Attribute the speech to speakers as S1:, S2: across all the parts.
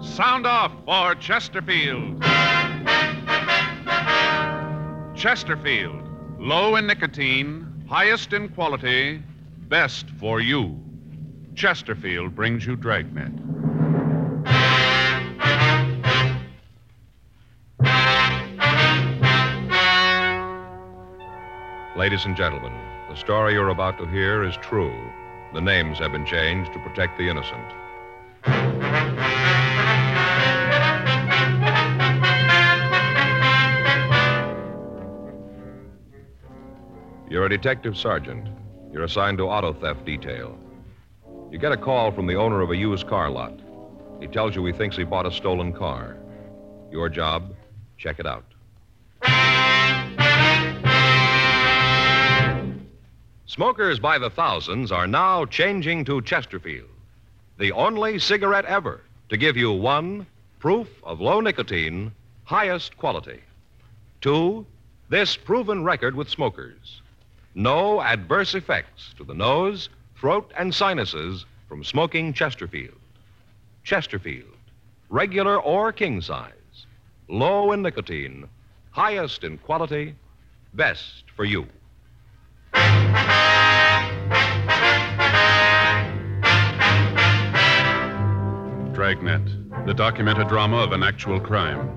S1: sound off for Chesterfield. Chesterfield, low in nicotine, highest in quality, best for you. Chesterfield brings you Dragnet.
S2: Ladies and gentlemen, the story you're about to hear is true. The names have been changed to protect the innocent. You're a detective sergeant. You're assigned to auto theft detail. You get a call from the owner of a used car lot. He tells you he thinks he bought a stolen car. Your job, check it out. Smokers by the thousands are now changing to Chesterfield, the only cigarette ever to give you one, proof of low nicotine, highest quality. Two, this proven record with smokers. No adverse effects to the nose, throat, and sinuses from smoking Chesterfield. Chesterfield, regular or king size, low in nicotine, highest in quality, best for you.
S1: Dragnet, the documented drama of an actual crime.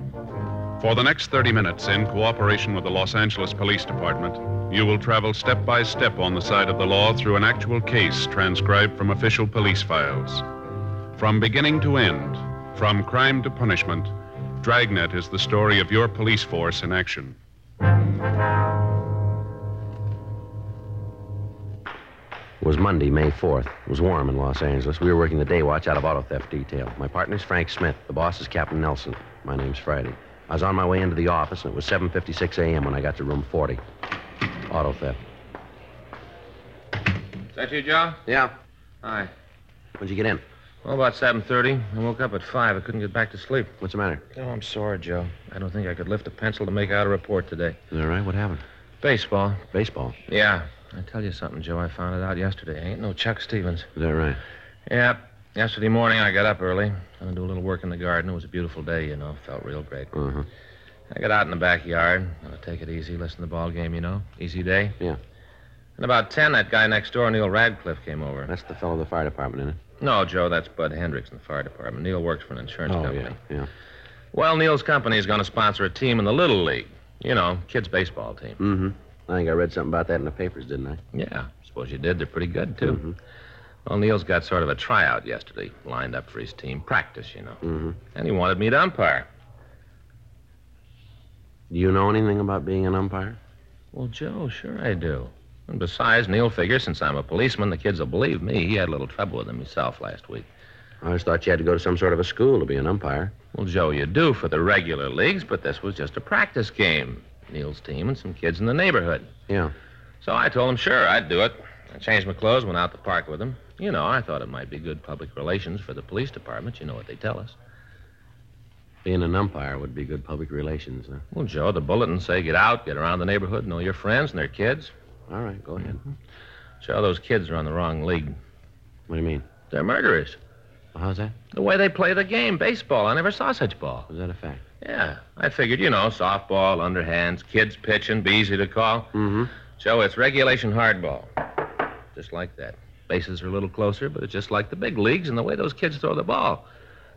S1: For the next 30 minutes, in cooperation with the Los Angeles Police Department, you will travel step by step on the side of the law through an actual case transcribed from official police files. From beginning to end, from crime to punishment, Dragnet is the story of your police force in action.
S3: It was Monday, May 4th. It was warm in Los Angeles. We were working the day watch out of auto theft detail. My partner's Frank Smith. The boss is Captain Nelson. My name's Friday. I was on my way into the office, and it was 7.56 a.m. when I got to room 40. Auto theft.
S4: Is that you, Joe?
S3: Yeah.
S4: Hi.
S3: When'd you get in?
S4: Well, about 7.30. I woke up at 5. I couldn't get back to sleep.
S3: What's the matter?
S4: Oh, I'm sorry, Joe. I don't think I could lift a pencil to make out a report today.
S3: Is it all right? What happened?
S4: Baseball.
S3: Baseball.
S4: Yeah. I tell you something, Joe. I found it out yesterday. Ain't no Chuck Stevens.
S3: Is that right?
S4: Yeah. Yesterday morning, I got up early. Gonna do a little work in the garden. It was a beautiful day, you know. Felt real great.
S3: Uh-huh.
S4: I got out in the backyard. Gonna take it easy, listen to the ball game, you know. Easy day.
S3: Yeah.
S4: And about 10, that guy next door, Neil Radcliffe, came over.
S3: That's the fellow of the fire department, isn't it?
S4: No, Joe, that's Bud Hendricks in the fire department. Neil works for an insurance company.
S3: Oh, yeah. Yeah.
S4: Well, Neil's company is going to sponsor a team in the Little League. You know, kids' baseball team.
S3: Mm-hmm. I think I read something about that in the papers, didn't I?
S4: Yeah, suppose you did. They're pretty good, too.
S3: Mm-hmm.
S4: Well, Neil's got sort of a tryout yesterday, lined up for his team. Practice, you know.
S3: Mm-hmm.
S4: And he wanted me to umpire.
S3: Do you know anything about being an umpire?
S4: Well, Joe, sure I do. And besides, Neil figures since I'm a policeman, the kids will believe me. He had a little trouble with them himself last week.
S3: I always thought you had to go to some sort of a school to be an umpire.
S4: Well, Joe, you do for the regular leagues, but this was just a practice game. Neil's team and some kids in the neighborhood.
S3: Yeah.
S4: So I told him, sure, I'd do it. I changed my clothes, went out to the park with him. You know, I thought it might be good public relations for the police department. You know what they tell us.
S3: Being an umpire would be good public relations, huh?
S4: Well, Joe, the bulletins say get out, get around the neighborhood, know your friends and their kids.
S3: All right, go ahead.
S4: Joe, those kids are on the wrong league.
S3: What do you mean?
S4: They're murderers.
S3: How's that?
S4: The way they play the game, baseball, I never saw such ball.
S3: Is that a fact?
S4: Yeah, I figured, you know, softball, underhands, kids pitching, be easy to call.
S3: Mm-hmm.
S4: Joe, it's regulation hardball. Just like that. Bases are a little closer, but it's just like the big leagues and the way those kids throw the ball.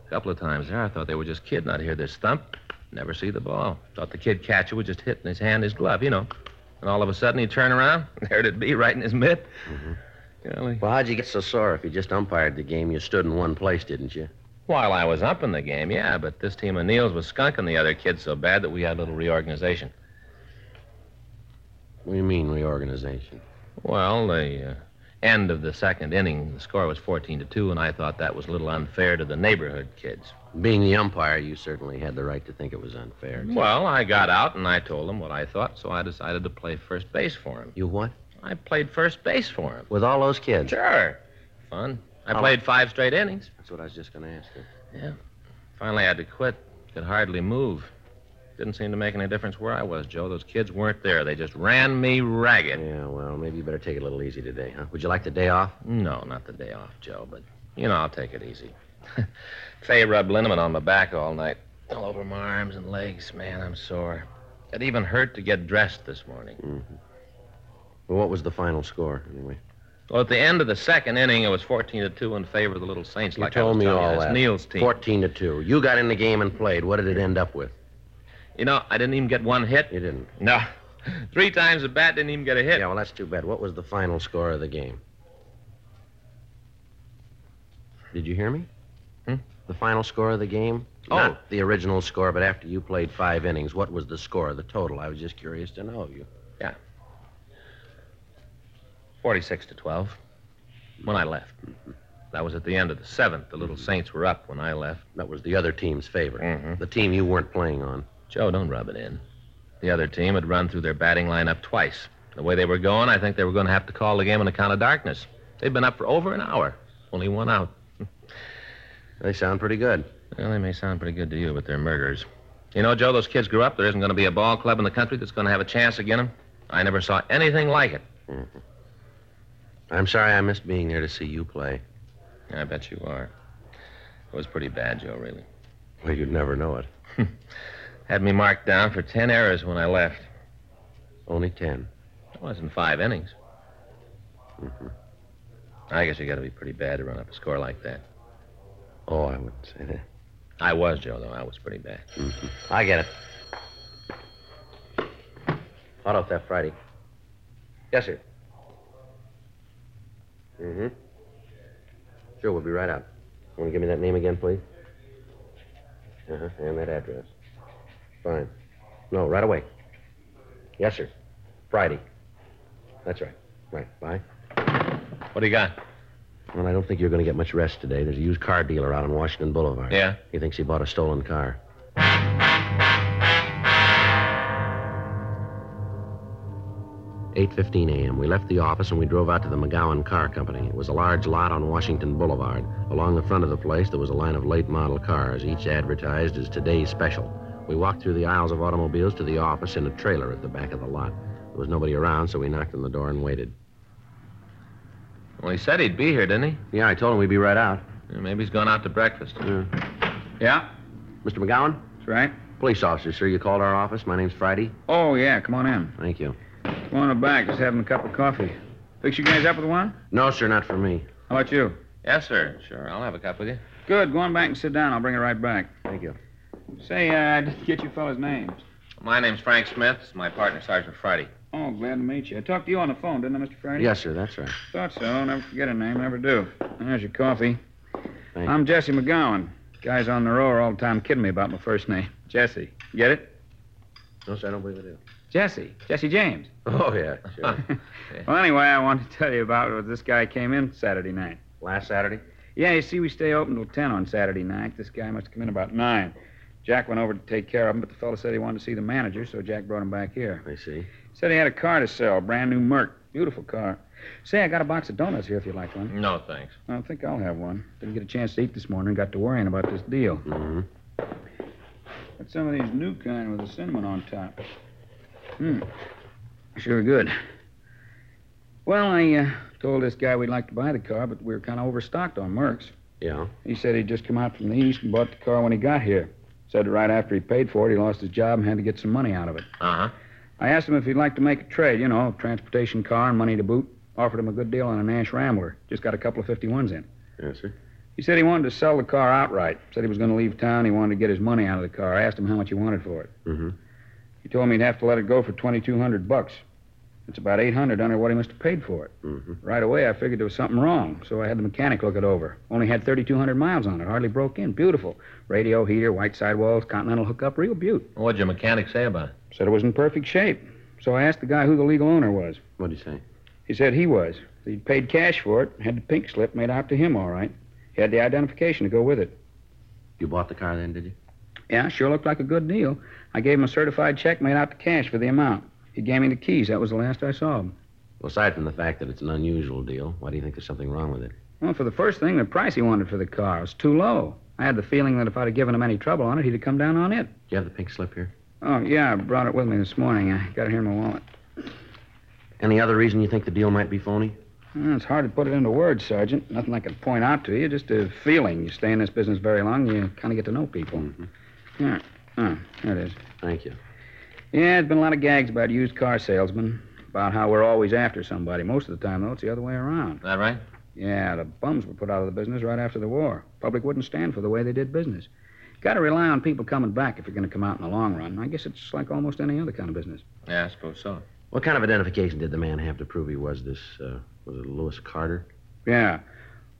S4: A couple of times there, I thought they were just kidding. I'd hear this thump, never see the ball. Thought the kid catcher would just hit in his hand his glove, you know. And all of a sudden he'd turn around, there it'd be, right in his mitt. Golly.
S3: Well, how'd you get so sore if you just umpired the game? You stood in one place, didn't you?
S4: While I was up in the game, yeah, but this team of Neal's was skunking the other kids so bad that we had a little reorganization.
S3: What do you mean reorganization?
S4: Well, the uh, end of the second inning, the score was 14 to 2, and I thought that was a little unfair to the neighborhood kids.
S3: Being the umpire, you certainly had the right to think it was unfair.
S4: Well, I got out and I told him what I thought, so I decided to play first base for him.
S3: You what?
S4: I played first base for him.
S3: With all those kids?
S4: Sure. Fun. I
S3: How
S4: played five straight innings.
S3: That's what I was just going to ask you.
S4: Finally, I had to quit. Could hardly move. Didn't seem to make any difference where I was, Joe. Those kids weren't there. They just ran me ragged.
S3: Yeah, well, maybe you better take it a little easy today, huh? Would you like the day off?
S4: No, not the day off, Joe, but You know, I'll take it easy. Fay rubbed liniment on my back all night, all over my arms and legs. Man, I'm sore. It even hurt to get dressed this morning.
S3: Well, what was the final score, anyway?
S4: Well, at the end of the second inning, it was 14 to 2 in favor of the Little Saints.
S3: You
S4: like I
S3: told
S4: was
S3: me
S4: telling you.
S3: all
S4: That's
S3: that.
S4: Neil's team.
S3: 14 to 2. You got in the game and played. What did it end up with?
S4: You know, I didn't even get one hit.
S3: You didn't.
S4: No. Three times the bat didn't even get a hit.
S3: Yeah, well, that's too bad. What was the final score of the game? Did you hear me?
S4: Hmm?
S3: The final score of the game?
S4: Oh.
S3: Not the original score, but after you played five innings, what was the score, the total? I was just curious to know. You
S4: 46 to 12 when I left.
S3: Mm-hmm.
S4: That was at the end of the seventh. The Little Saints were up when I left.
S3: That was the other team's favor.
S4: Mhm.
S3: The team you weren't playing on.
S4: Joe, don't rub it in. The other team had run through their batting lineup twice. The way they were going, I think they were going to have to call the game on account of darkness. They've been up for over an hour, only one out.
S3: They sound pretty good.
S4: Well, they may sound pretty good to you, but they're murderers. You know, Joe, those kids grew up. There isn't going to be a ball club in the country that's going to have a chance again them. I never saw anything like it.
S3: I'm sorry I missed being there to see you play.
S4: I bet you are. It was pretty bad, Joe, really.
S3: Well, you'd never know it.
S4: Had me marked down for 10 errors when I left.
S3: Only 10.
S4: It wasn't five innings. Mm-hmm. I guess you got to be pretty bad to run up a score like that.
S3: Oh, I wouldn't say that. Mm-hmm.
S4: I was, Joe, though. I was pretty bad.
S3: I get it. Auto theft Friday. Yes, sir. Mm-hmm. Sure, we'll be right out. Want to give me that name again, please? Uh-huh, and that address. Fine. No, right away. Yes, sir. Friday. That's right. Right, bye.
S4: What do you got?
S3: Well, I don't think you're going to get much rest today. There's a used car dealer out on Washington Boulevard.
S4: Yeah?
S3: He thinks he bought a stolen car. Eight fifteen a.m. We left the office and we drove out to the McGowan Car Company. It was a large lot on Washington Boulevard. Along the front of the place, there was a line of late model cars, each advertised as today's special. We walked through the aisles of automobiles to the office in a trailer at the back of the lot. There was nobody around, so we knocked on the door and waited.
S4: Well, he said he'd be here, didn't he?
S3: Yeah, I told him we'd be right out.
S4: Yeah, Maybe he's gone out to breakfast.
S5: Yeah,
S3: Mr. McGowan?
S5: that's right.
S3: Police officer, sir. You called our office. My name's Friday.
S5: Oh, yeah, come on in.
S3: Thank you.
S5: Come on back, just having a cup of coffee. Fix you guys up with one?
S3: No, sir, not for me.
S5: How about you?
S4: Yes, sir. Sure, I'll have a cup with you.
S5: Good, go on back and sit down. I'll bring it right back.
S3: Thank you.
S5: Say, uh, I didn't get you fellas' names.
S4: My name's Frank Smith. It's my partner, Sergeant Friday.
S5: Oh, glad to meet you. I talked to you on the phone, didn't I, Mr. Friday?
S3: Yes, sir, that's right.
S5: Thought so. Never forget a name, never do. There's your coffee.
S3: Thank
S5: I'm Jesse McGowan. Guys on the row are all the time kidding me about my first name. Jesse. Get it?
S3: No, sir, I don't believe it is.
S5: Jesse. Jesse James.
S3: Oh, yeah, sure.
S5: Well, anyway, I wanted to tell you about what this guy came in Saturday night.
S3: Last Saturday?
S5: Yeah, you see, we stay open till 10 on Saturday night. This guy must have come in about 9. Jack went over to take care of him, but the fellow said he wanted to see the manager, so Jack brought him back here.
S3: I see.
S5: Said he had a car to sell, a brand new Merc. Beautiful car. Say, I got a box of donuts here if you'd like one.
S4: No, thanks.
S5: I don't think I'll have one. Didn't get a chance to eat this morning, got to worrying about this deal.
S3: Mm-hmm.
S5: Got some of these new kind with a cinnamon on top. Hmm. Sure good. Well, I uh, told this guy we'd like to buy the car, but we were kind of overstocked on Mercs.
S3: Yeah.
S5: He said he'd just come out from the east and bought the car when he got here. Said right after he paid for it, he lost his job and had to get some money out of it.
S4: Uh huh.
S5: I asked him if he'd like to make a trade, you know, transportation car and money to boot. Offered him a good deal on a Nash Rambler. Just got a couple of 51s in.
S3: Yes, sir.
S5: He said he wanted to sell the car outright. Said he was going to leave town. He wanted to get his money out of the car. I asked him how much he wanted for it.
S3: Mhm.
S5: He told me he'd have to let it go for 2200 bucks. It's about 800 under what he must have paid for it.
S3: Mm-hmm.
S5: Right away, I figured there was something wrong, so I had the mechanic look it over. Only had 3,200 miles on it. Hardly broke in. Beautiful. Radio, heater, white sidewalls, continental hookup, real beaut.
S4: What'd your mechanic say about it?
S5: Said it was in perfect shape. So I asked the guy who the legal owner was.
S3: What'd he say?
S5: He said he was. He'd paid cash for it, had the pink slip made out to him, all right. He had the identification to go with it.
S3: You bought the car then, did you?
S5: Yeah, sure looked like a good deal. I gave him a certified check made out to cash for the amount. He gave me the keys. That was the last I saw of him.
S3: Well, aside from the fact that it's an unusual deal, why do you think there's something wrong with it?
S5: Well, for the first thing, the price he wanted for the car was too low. I had the feeling that if I'd have given him any trouble on it, he'd have come down on it.
S3: Do you have the pink slip here?
S5: Oh, yeah, I brought it with me this morning. I got it here in my wallet.
S3: Any other reason you think the deal might be phony?
S5: Well, it's hard to put it into words, Sergeant. Nothing I can point out to you, just a feeling. You stay in this business very long, you kind of get to know people. Yeah. Oh, there it is.
S3: Thank you.
S5: Yeah, there's been a lot of gags about used car salesmen, about how we're always after somebody. Most of the time, though, it's the other way around.
S4: That right?
S5: Yeah, the bums were put out of the business right after the war. Public wouldn't stand for the way they did business. Got to rely on people coming back if you're going to come out in the long run. I guess it's like almost any other kind of business.
S4: Yeah, I suppose so.
S3: What kind of identification did the man have to prove he was this, uh, was it Lewis Carter?
S5: Yeah.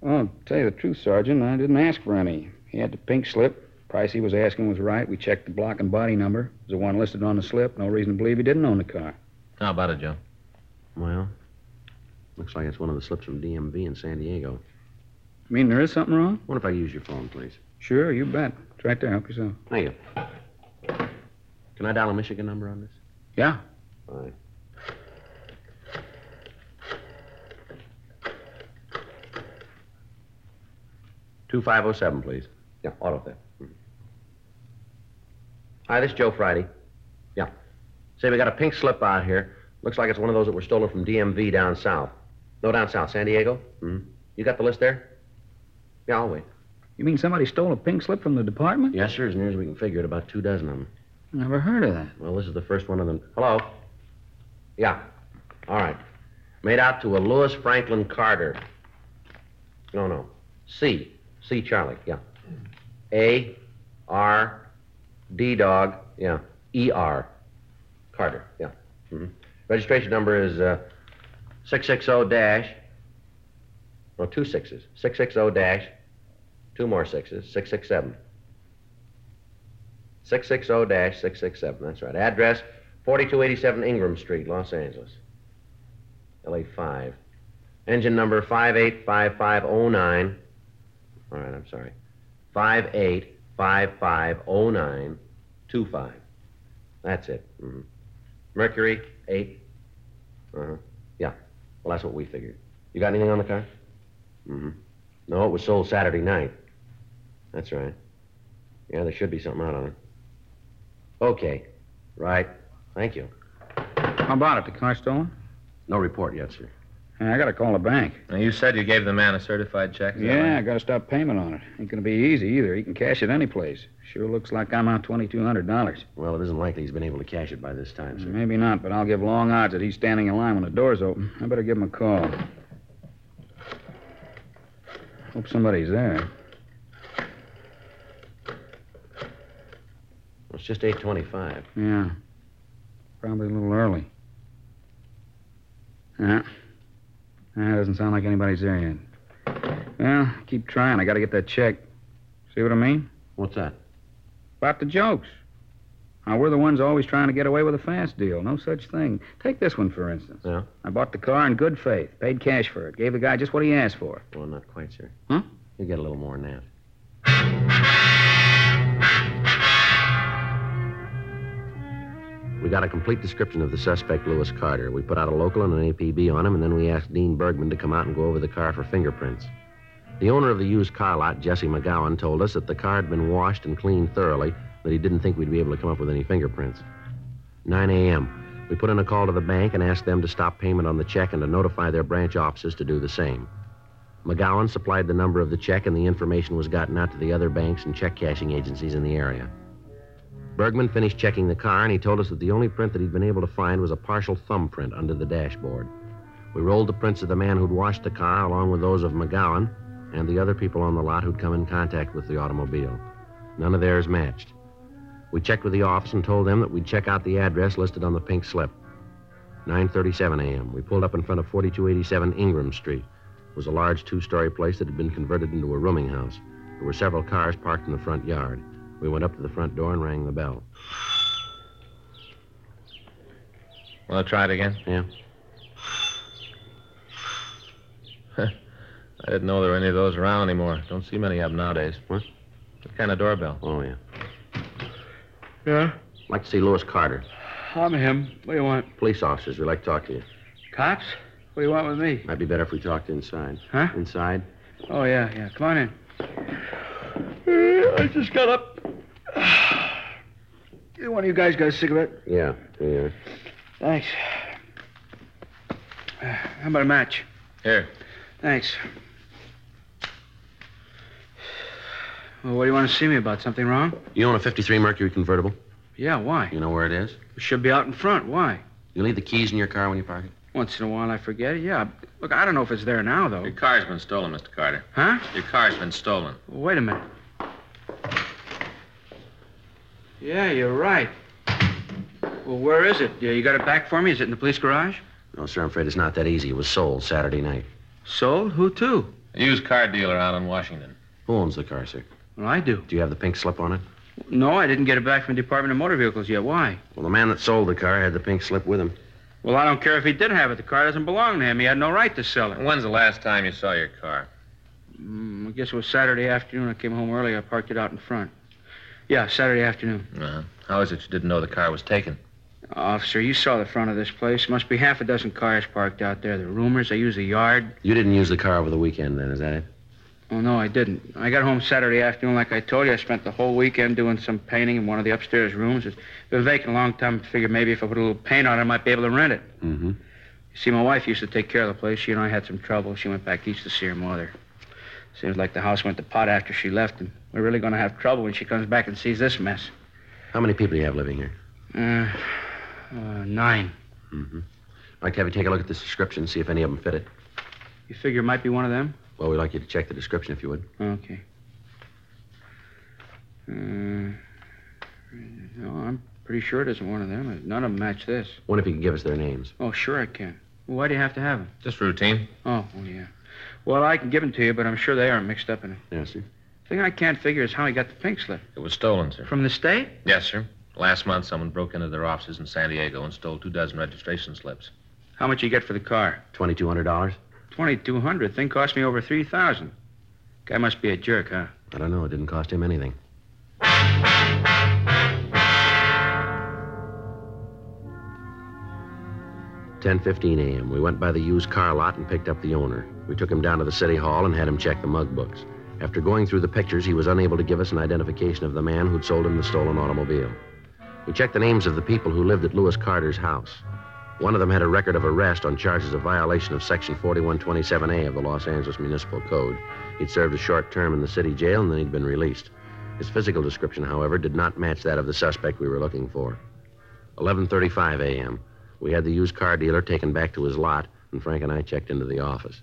S5: Well, to tell you the truth, Sergeant, I didn't ask for any. He had the pink slip. Price he was asking was right. We checked the block and body number. It was the one listed on the slip. No reason to believe he didn't own the car.
S4: How about it, Joe?
S3: Well, looks like it's one of the slips from DMV in San Diego.
S5: You mean there is something wrong?
S3: What if I use your phone, please?
S5: Sure, you bet. It's right there. Help yourself.
S3: Thank you. Can I dial a Michigan number on this?
S5: Yeah?
S3: Fine. Two five oh seven, please. Yeah, auto theft. Mhm. Hi, this is Joe Friday. Yeah. Say, we got a pink slip out here. Looks like it's one of those that were stolen from DMV down south. No, down south, San Diego. Mm-hmm. You got the list there? Yeah, I'll wait.
S5: You mean somebody stole a pink slip from the department?
S3: Yes, sir. As near as we can figure it, about two dozen of them.
S5: Never heard of that.
S3: Well, this is the first one of them. Hello? Yeah. All right. Made out to a Lewis Franklin Carter. No, no. C. C. Charlie. Yeah. A. R. D. Dog. Yeah. E. R. Carter. Yeah. hmm Registration number is uh, 660 dash. No, two sixes. 660 dash. Two more sixes. 667. 660-667. That's right. Address 4287 Ingram Street, Los Angeles. LA 5. Engine number 585509. All right, I'm sorry. 58550925. That's it. Mhm. Mercury 8. Uh-huh. Yeah. Well, that's what we figured. You got anything on the car? Mm-hmm. No, it was sold Saturday night. That's right. Yeah, there should be something out on it. Okay. Right. Thank you.
S5: How about it? The car stolen?
S3: No report yet, sir.
S5: Yeah, I got to call the bank.
S4: Now, you said you gave the man a certified check. is that
S5: Yeah, I
S4: right?
S5: got to stop payment on it. Ain't going to be easy either. He can cash it any place. Sure looks like I'm out $2,200.
S3: Well, it isn't likely he's been able to cash it by this time, sir.
S5: Maybe not, but I'll give long odds that he's standing in line when the door's open. I better give him a call. Hope somebody's there.
S3: Well, it's just 825.
S5: Yeah. Probably a little early. Yeah. That doesn't sound like anybody's there yet. Well, keep trying. I got to get that check. See what I mean?
S3: What's that?
S5: About the jokes. Now, we're the ones always trying to get away with a fast deal. No such thing. Take this one, for instance.
S3: Yeah.
S5: I bought the car in good faith, paid cash for it, gave the guy just what he asked for.
S3: Well, not quite, sir.
S5: Huh?
S3: You get a little more than that. We got a complete description of the suspect, Lewis Carter. We put out a local and an APB on him, and then we asked Dean Bergman to come out and go over the car for fingerprints. The owner of the used car lot, Jesse McGowan, told us that the car had been washed and cleaned thoroughly, that he didn't think we'd be able to come up with any fingerprints. 9 a.m. We put in a call to the bank and asked them to stop payment on the check and to notify their branch offices to do the same. McGowan supplied the number of the check, and the information was gotten out to the other banks and check cashing agencies in the area. Bergman finished checking the car, and he told us that the only print that he'd been able to find was a partial thumbprint under the dashboard. We rolled the prints of the man who'd washed the car, along with those of McGowan and the other people on the lot who'd come in contact with the automobile. None of theirs matched. We checked with the office and told them that we'd check out the address listed on the pink slip. 9:37 a.m. We pulled up in front of 4287 Ingram Street was a large two story place that had been converted into a rooming house. There were several cars parked in the front yard. We went up to the front door and rang the bell.
S4: Well, try it again.
S3: Yeah?
S4: I didn't know there were any of those around anymore. Don't see many of them nowadays.
S3: What?
S4: What kind of doorbell?
S3: Oh, yeah.
S6: Yeah,
S3: Like to see Lewis Carter.
S6: I'm him. What do you want?
S3: Police officers, we'd like to talk to you.
S6: Cops? What do you want with me?
S3: Might be better if we talked inside.
S6: Huh?
S3: Inside?
S6: Oh, yeah, yeah. Come on in. Uh, I just got up. Either One of you guys got a cigarette?
S3: Yeah. Yeah.
S5: Uh,
S6: Thanks. How about a match?
S4: Here.
S5: Thanks. Well, what do you want to see me about? Something wrong?
S3: You own a 53 Mercury convertible?
S5: Yeah, why?
S3: You know where it is?
S5: It should be out in front. Why?
S3: You leave the keys in your car when you park it?
S5: Once in a while I forget it. Yeah. Look, I don't know if it's there now, though.
S4: Your car's been stolen, Mr. Carter.
S5: Huh?
S4: Your car's been stolen.
S5: Wait a minute. Yeah, you're right. Well, where is it? Yeah, you got it back for me? Is it in the police garage?
S3: No, sir, I'm afraid it's not that easy. It was sold Saturday night.
S5: Sold? Who to?
S4: A used car dealer out in Washington.
S3: Who owns the car, sir?
S5: Well, I do.
S3: Do you have the pink slip on it?
S5: No, I didn't get it back from the Department of Motor Vehicles yet. Why?
S3: Well, the man that sold the car had the pink slip with him.
S5: Well, I don't care if he did have it. The car doesn't belong to him. He had no right to sell it.
S4: When's the last time you saw your car?
S5: Mm, I guess it was Saturday afternoon. I came home early. I parked it out in front. Yeah, Saturday afternoon.
S4: Uh-huh. How is it you didn't know the car was taken?
S5: Officer, you saw the front of this place. Must be half a dozen cars parked out there. The rumors, they use the yard.
S3: You didn't use the car over the weekend, then, is that it?
S5: Oh, no, I didn't. I got home Saturday afternoon, like I told you. I spent the whole weekend doing some painting in one of the upstairs rooms. It's been vacant a long time. I figured maybe if I put a little paint on it, I might be able to rent it.
S3: Mm-hmm.
S5: You see, my wife used to take care of the place. She and I had some trouble. She went back east to see her mother. Seems like the house went to pot after she left, and we're really going to have trouble when she comes back and sees this mess.
S3: How many people do you have living here?
S5: Uh, uh, nine.
S3: Mm-hmm. I'd like to have you take a look at this description, see if any of them fit it.
S5: You figure it might be one of them?
S3: Well, we'd like you to check the description, if you would.
S5: Okay. Uh, no, I'm pretty sure it isn't one of them. None of them match this.
S3: Wonder if you can give us their names.
S5: Oh, sure I can. Why do you have to have them?
S4: Just routine.
S5: Oh, oh, yeah. Well, I can give them to you, but I'm sure they aren't mixed up in it.
S3: Yes, sir.
S5: The thing I can't figure is how he got the pink slip.
S4: It was stolen, sir.
S5: From the state?
S4: Yes, sir. Last month, someone broke into their offices in San Diego and stole two dozen registration slips.
S5: How much you get for the car?
S3: $2,200?
S5: Twenty-two hundred. Thing cost me over three thousand. Guy must be a jerk, huh?
S3: I don't know. It didn't cost him anything. Ten fifteen a.m. We went by the used car lot and picked up the owner. We took him down to the city hall and had him check the mug books. After going through the pictures, he was unable to give us an identification of the man who'd sold him the stolen automobile. We checked the names of the people who lived at Lewis Carter's house. One of them had a record of arrest on charges of violation of Section 4127A of the Los Angeles Municipal Code. He'd served a short term in the city jail and then he'd been released. His physical description, however, did not match that of the suspect we were looking for. 11:35 a.m. We had the used car dealer taken back to his lot, and Frank and I checked into the office.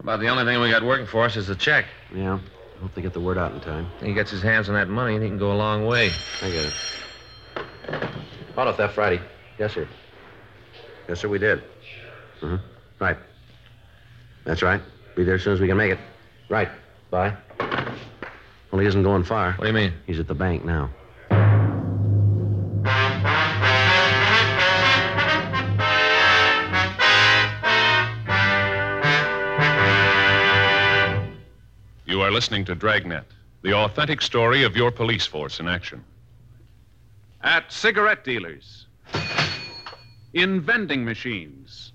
S4: About the only thing we got working for us is the check.
S3: Yeah, hope they get the word out in time.
S4: He gets his hands on that money and he can go a long way.
S3: I get it. Auto theft Friday. Yes, sir. Yes, sir, we did. Uh-huh. Right. That's right. Be there as soon as we can make it. Right. Bye. Well, he isn't going far.
S4: What do you mean?
S3: He's at the bank now.
S1: You are listening to Dragnet, the authentic story of your police force in action. At cigarette dealers, in vending machines,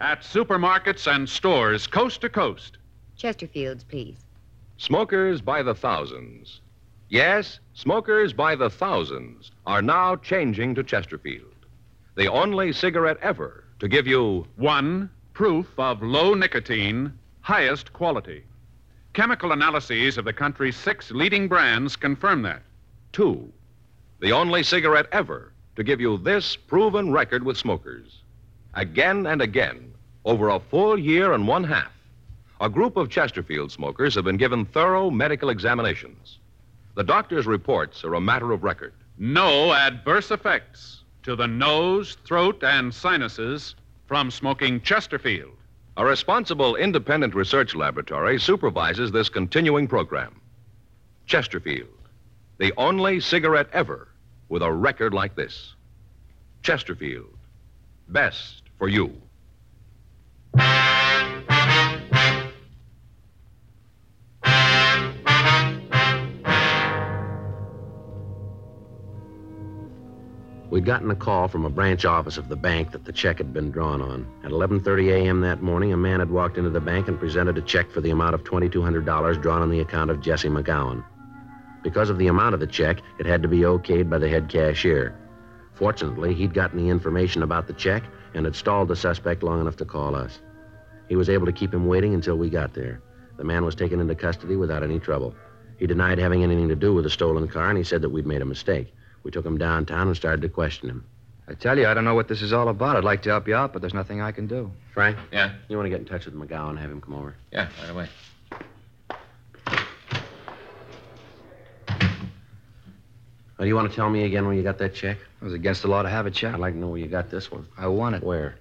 S1: at supermarkets and stores coast to coast.
S7: Chesterfields, please.
S2: Smokers by the thousands. Yes, smokers by the thousands are now changing to Chesterfield, the only cigarette ever to give you
S1: One, proof of low nicotine, highest quality. Chemical analyses of the country's six leading brands confirm that.
S2: two, the only cigarette ever to give you this proven record with smokers. Again and again, over a full year and one half, a group of Chesterfield smokers have been given thorough medical examinations. The doctor's reports are a matter of record.
S1: No adverse effects to the nose, throat, and sinuses from smoking Chesterfield.
S2: A responsible independent research laboratory supervises this continuing program. Chesterfield, the only cigarette ever with a record like this. Chesterfield, best for you.
S3: We'd gotten a call from a branch office of the bank that the check had been drawn on. At 11:30 a.m. that morning, a man had walked into the bank and presented a check for the amount of $2200 drawn on the account of Jesse McGowan. Because of the amount of the check, it had to be okayed by the head cashier. Fortunately, he'd gotten the information about the check and had stalled the suspect long enough to call us. He was able to keep him waiting until we got there. The man was taken into custody without any trouble. He denied having anything to do with the stolen car, and he said that we'd made a mistake. We took him downtown and started to question him.
S5: I tell you, I don't know what this is all about. I'd like to help you out, but there's nothing I can do.
S3: Frank?
S4: Yeah.
S3: You want to get in touch with McGowan and have him come over?
S4: Yeah, right away.
S3: Oh, you want to tell me again where you got that check?
S5: It was against the law to have a check.
S3: I'd like to know where you got this one.
S5: I want it.
S3: Where?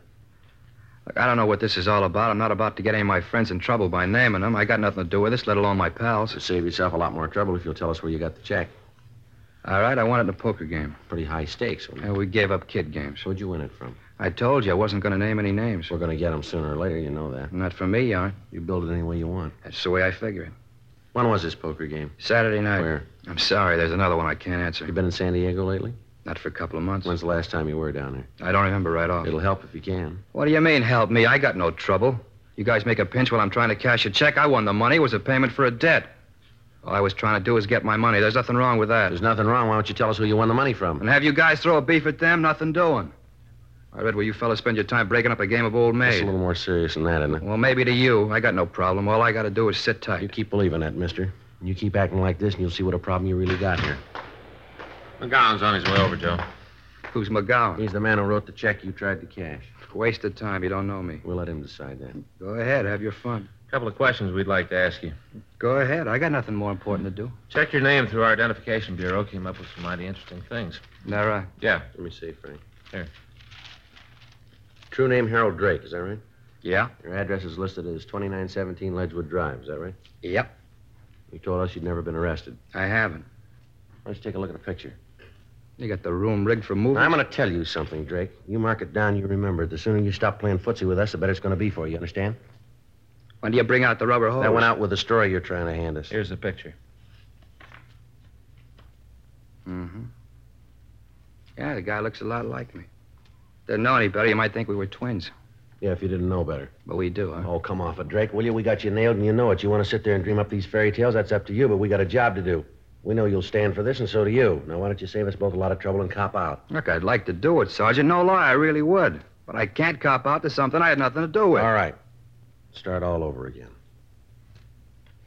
S5: Look, I don't know what this is all about. I'm not about to get any of my friends in trouble by naming them. I got nothing to do with this, let alone my pals.
S3: To save yourself a lot more trouble if you'll tell us where you got the check.
S5: All right, I won it in a poker game.
S3: Pretty high stakes. wasn't it?
S5: And we gave up kid games.
S3: Where'd you win it from?
S5: I told you I wasn't going to name any names.
S3: We're going to get them sooner or later, you know that.
S5: Not for me, you aren't.
S3: You build it any way you want.
S5: That's the way I figure it.
S3: When was this poker game?
S5: Saturday night.
S3: Where?
S5: I'm sorry, there's another one I can't answer.
S3: You been in San Diego lately?
S5: Not for a couple of months.
S3: When's the last time you were down there?
S5: I don't remember right off.
S3: It'll help if you can.
S5: What do you mean, help me? I got no trouble. You guys make a pinch while I'm trying to cash a check. I won the money. It was a payment for a debt. All I was trying to do was get my money. There's nothing wrong with that.
S3: There's nothing wrong. Why don't you tell us who you won the money from?
S5: And have you guys throw a beef at them? Nothing doing. I read where you fellas spend your time breaking up a game of old
S3: It's a
S5: maid.
S3: little more serious than that, isn't it?
S5: Well, maybe to you. I got no problem. All I got to do is sit
S3: You
S5: tight.
S3: keep believing that, mister. You keep acting like this, and you'll see what a problem you really got here.
S4: McGowan's on his way over, Joe.
S5: Who's McGowan?
S3: He's the man who wrote the check you tried to cash.
S5: Waste of time. You don't know me.
S3: We'll let him decide that.
S5: Go ahead. Have your fun.
S4: couple of questions we'd like to ask you.
S5: Go ahead. I got nothing more important to do.
S4: Checked your name through our identification bureau, came up with some mighty interesting things.
S5: All right.
S4: Yeah.
S3: Let me see, Frank.
S4: Here.
S3: True name Harold Drake, is that right?
S5: Yeah?
S3: Your address is listed as 2917 Ledgewood Drive, is that right?
S5: Yep.
S3: You told us you'd never been arrested.
S5: I haven't.
S3: Let's take a look at a picture.
S5: You got the room rigged for moving.
S3: I'm going to tell you something, Drake. You mark it down, you remember it. The sooner you stop playing footsie with us, the better it's going to be for you. Understand?
S5: When do you bring out the rubber hose?
S3: That went out with the story you're trying to hand us.
S4: Here's the picture.
S5: Mm-hmm. Yeah, the guy looks a lot like me. Didn't know any better. You might think we were twins,
S3: Yeah, if you didn't know better.
S5: but we do, huh?
S3: Oh, come off it, Drake. Will you? We got you nailed, and you know it. You want to sit there and dream up these fairy tales? That's up to you, but we got a job to do. We know you'll stand for this, and so do you. Now, why don't you save us both a lot of trouble and cop out?
S5: Look, I'd like to do it, Sergeant. No lie, I really would. But I can't cop out to something I had nothing to do with.
S3: All right. Start all over again.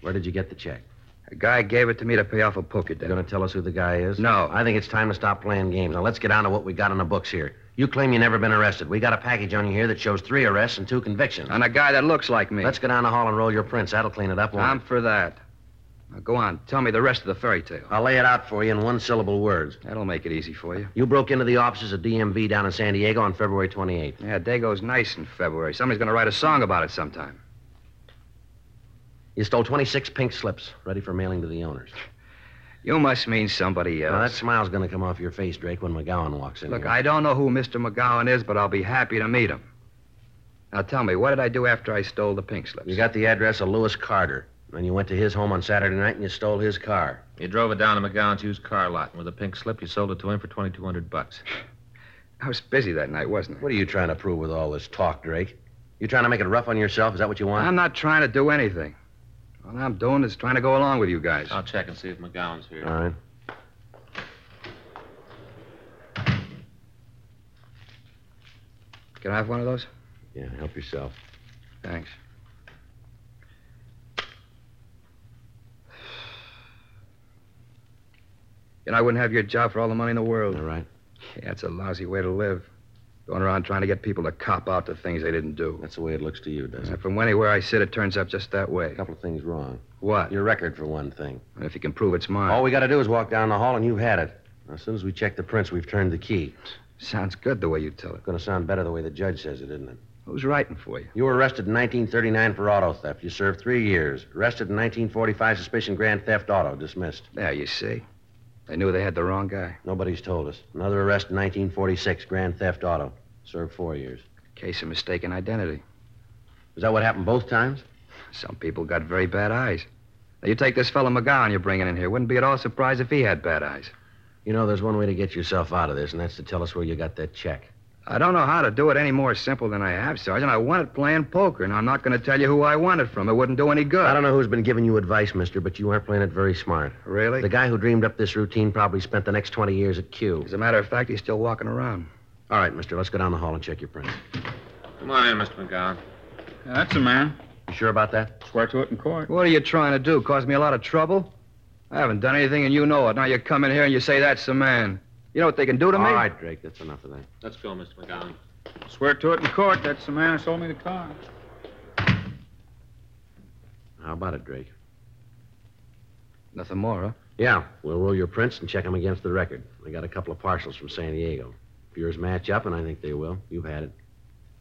S3: Where did you get the check?
S5: A guy gave it to me to pay off a poker
S3: They're
S5: debt.
S3: going to tell us who the guy is?
S5: No.
S3: I think it's time to stop playing games. Now, let's get down to what we got on the books here. You claim you never been arrested. We got a package on you here that shows three arrests and two convictions.
S5: On a guy that looks like me.
S3: Let's go down the hall and roll your prints. That'll clean it up, won't
S5: I'm
S3: it?
S5: for that. Now go on. Tell me the rest of the fairy tale.
S3: I'll lay it out for you in one syllable words.
S5: That'll make it easy for you.
S3: You broke into the offices of DMV down in San Diego on February 28th.
S5: Yeah, day goes nice in February. Somebody's going to write a song about it sometime.
S3: You stole 26 pink slips, ready for mailing to the owners.
S5: You must mean somebody else.
S3: Now, that smile's going to come off your face, Drake, when McGowan walks in.
S5: Look,
S3: here.
S5: I don't know who Mr. McGowan is, but I'll be happy to meet him. Now tell me, what did I do after I stole the pink slips?
S3: You got the address of Lewis Carter. Then you went to his home on Saturday night and you stole his car.
S4: You drove it down to McGowan's used car lot, and with a pink slip, you sold it to him for 2200 bucks.
S5: I was busy that night, wasn't I?
S3: What are you trying to prove with all this talk, Drake? You trying to make it rough on yourself? Is that what you want?
S5: I'm not trying to do anything. All I'm doing is trying to go along with you guys.
S3: Uh,
S4: I'll check and see if McGowan's here.
S3: All right.
S5: Can I have one of those?
S3: Yeah, help yourself.
S5: Thanks. And I wouldn't have your job for all the money in the world.
S3: All right.
S5: Yeah, that's a lousy way to live. Going around trying to get people to cop out to things they didn't do.
S3: That's the way it looks to you, doesn't
S5: And
S3: it?
S5: from anywhere I sit, it turns up just that way.
S3: A couple of things wrong.
S5: What?
S3: Your record, for one thing.
S5: And if you can prove it's mine.
S3: All we got to do is walk down the hall and you've had it. Now, as soon as we check the prints, we've turned the key.
S5: sounds good the way you tell it.
S3: Going to sound better the way the judge says it, isn't it?
S5: Who's writing for you?
S3: You were arrested in 1939 for auto theft. You served three years. Arrested in 1945, suspicion grand theft auto. Dismissed.
S5: There, you see. They knew they had the wrong guy.
S3: Nobody's told us. Another arrest in 1946, grand theft auto. Served four years.
S5: Case of mistaken identity.
S3: Is that what happened both times?
S5: Some people got very bad eyes. Now, you take this fellow McGowan you're bringing in here. Wouldn't be at all surprised if he had bad eyes.
S3: You know, there's one way to get yourself out of this, and that's to tell us where you got that check.
S5: I don't know how to do it any more simple than I have, Sergeant. I won it playing poker, and I'm not going to tell you who I won it from. It wouldn't do any good.
S3: I don't know who's been giving you advice, mister, but you aren't playing it very smart.
S5: Really?
S3: The guy who dreamed up this routine probably spent the next 20 years at Q.
S5: As a matter of fact, he's still walking around.
S3: All right, mister, let's go down the hall and check your prints.
S4: Come on in, Mr. McGowan.
S8: Yeah, that's a man.
S3: You sure about that?
S8: Swear to it in court.
S5: What are you trying to do? Cause me a lot of trouble? I haven't done anything, and you know it. Now you come in here and you say that's the man. You know what they can do to
S3: All
S5: me?
S3: right, Drake, that's enough of that.
S4: Let's go, Mr. McGowan.
S8: Swear to it in court. That's the man who sold me the car.
S3: How about it, Drake?
S5: Nothing more, huh?
S3: Yeah, we'll roll your prints and check them against the record. I got a couple of parcels from San Diego. If yours match up, and I think they will, you've had it.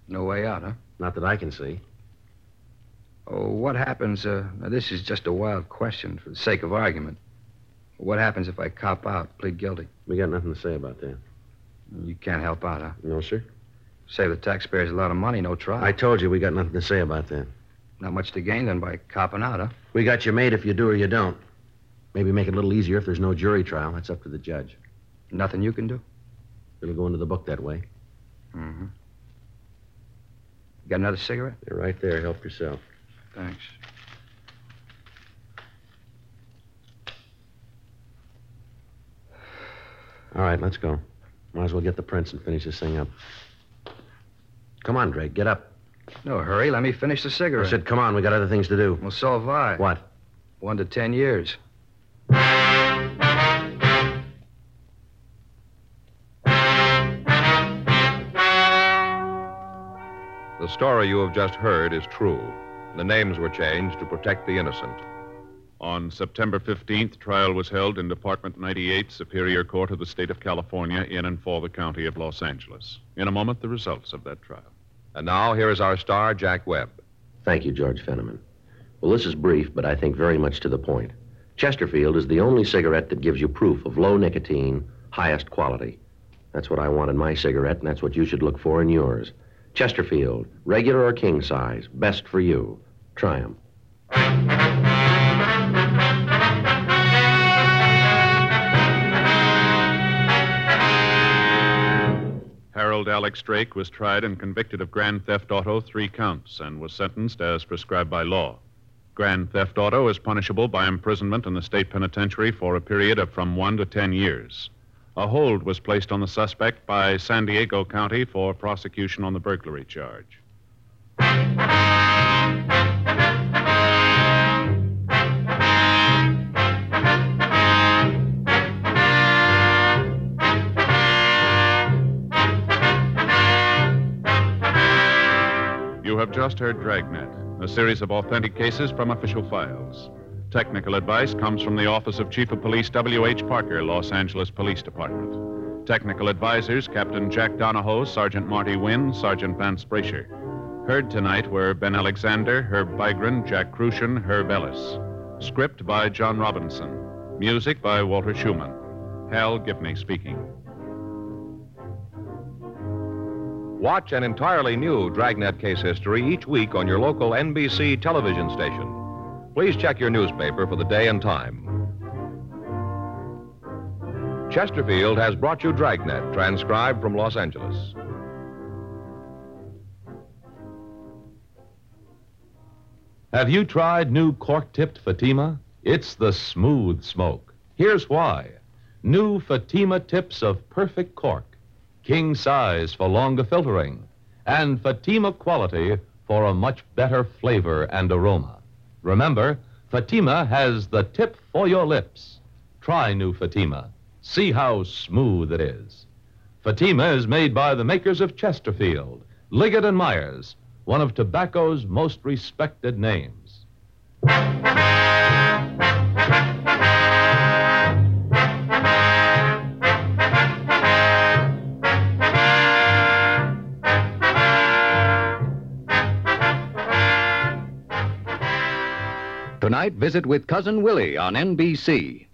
S5: No way out, huh?
S3: Not that I can see.
S5: Oh, what happens? Uh, now this is just a wild question for the sake of argument. What happens if I cop out, plead guilty?
S3: We got nothing to say about that.
S5: You can't help out, huh?
S3: No, sir.
S5: Save the taxpayers a lot of money, no trial.
S3: I told you we got nothing to say about that.
S5: Not much to gain then by copping out, huh?
S3: We got you made if you do or you don't. Maybe make it a little easier if there's no jury trial. That's up to the judge.
S5: Nothing you can do.
S3: It'll go into the book that way.
S5: Mm-hmm. Got another cigarette?
S3: They're right there. Help yourself.
S5: Thanks.
S3: All right, let's go. Might as well get the prints and finish this thing up. Come on, Drake, get up.
S5: No hurry. Let me finish the cigarette.
S3: I said, come on, we got other things to do.
S5: Well, so have I.
S3: What?
S5: One to ten years.
S9: The story you have just heard is true. The names were changed to protect the innocent.
S1: On September 15th, trial was held in Department 98, Superior Court of the State of California, in and for the County of Los Angeles. In a moment, the results of that trial.
S9: And now here is our star, Jack Webb.
S3: Thank you, George Fenneman. Well, this is brief, but I think very much to the point. Chesterfield is the only cigarette that gives you proof of low nicotine, highest quality. That's what I want in my cigarette, and that's what you should look for in yours. Chesterfield, regular or king size, best for you. Try 'em.
S1: Harold Alex Drake was tried and convicted of grand theft auto, three counts, and was sentenced as prescribed by law. Grand theft auto is punishable by imprisonment in the state penitentiary for a period of from one to ten years. A hold was placed on the suspect by San Diego County for prosecution on the burglary charge. You have just heard Dragnet, a series of authentic cases from official files. Technical advice comes from the Office of Chief of Police W.H. Parker, Los Angeles Police Department. Technical advisors Captain Jack Donahoe, Sergeant Marty Wynn, Sergeant Vance Brasher. Heard tonight were Ben Alexander, Herb Bygren, Jack Crucian, Herb Ellis. Script by John Robinson. Music by Walter Schumann. Hal Gibney speaking.
S9: Watch an entirely new Dragnet case history each week on your local NBC television station. Please check your newspaper for the day and time. Chesterfield has brought you Dragnet, transcribed from Los Angeles.
S2: Have you tried new cork tipped Fatima? It's the smooth smoke. Here's why. New Fatima tips of perfect cork, king size for longer filtering, and Fatima quality for a much better flavor and aroma. Remember, Fatima has the tip for your lips. Try new Fatima. See how smooth it is. Fatima is made by the makers of Chesterfield, Liggett and Myers, one of tobacco's most respected names.
S10: Tonight, visit with Cousin Willie on NBC.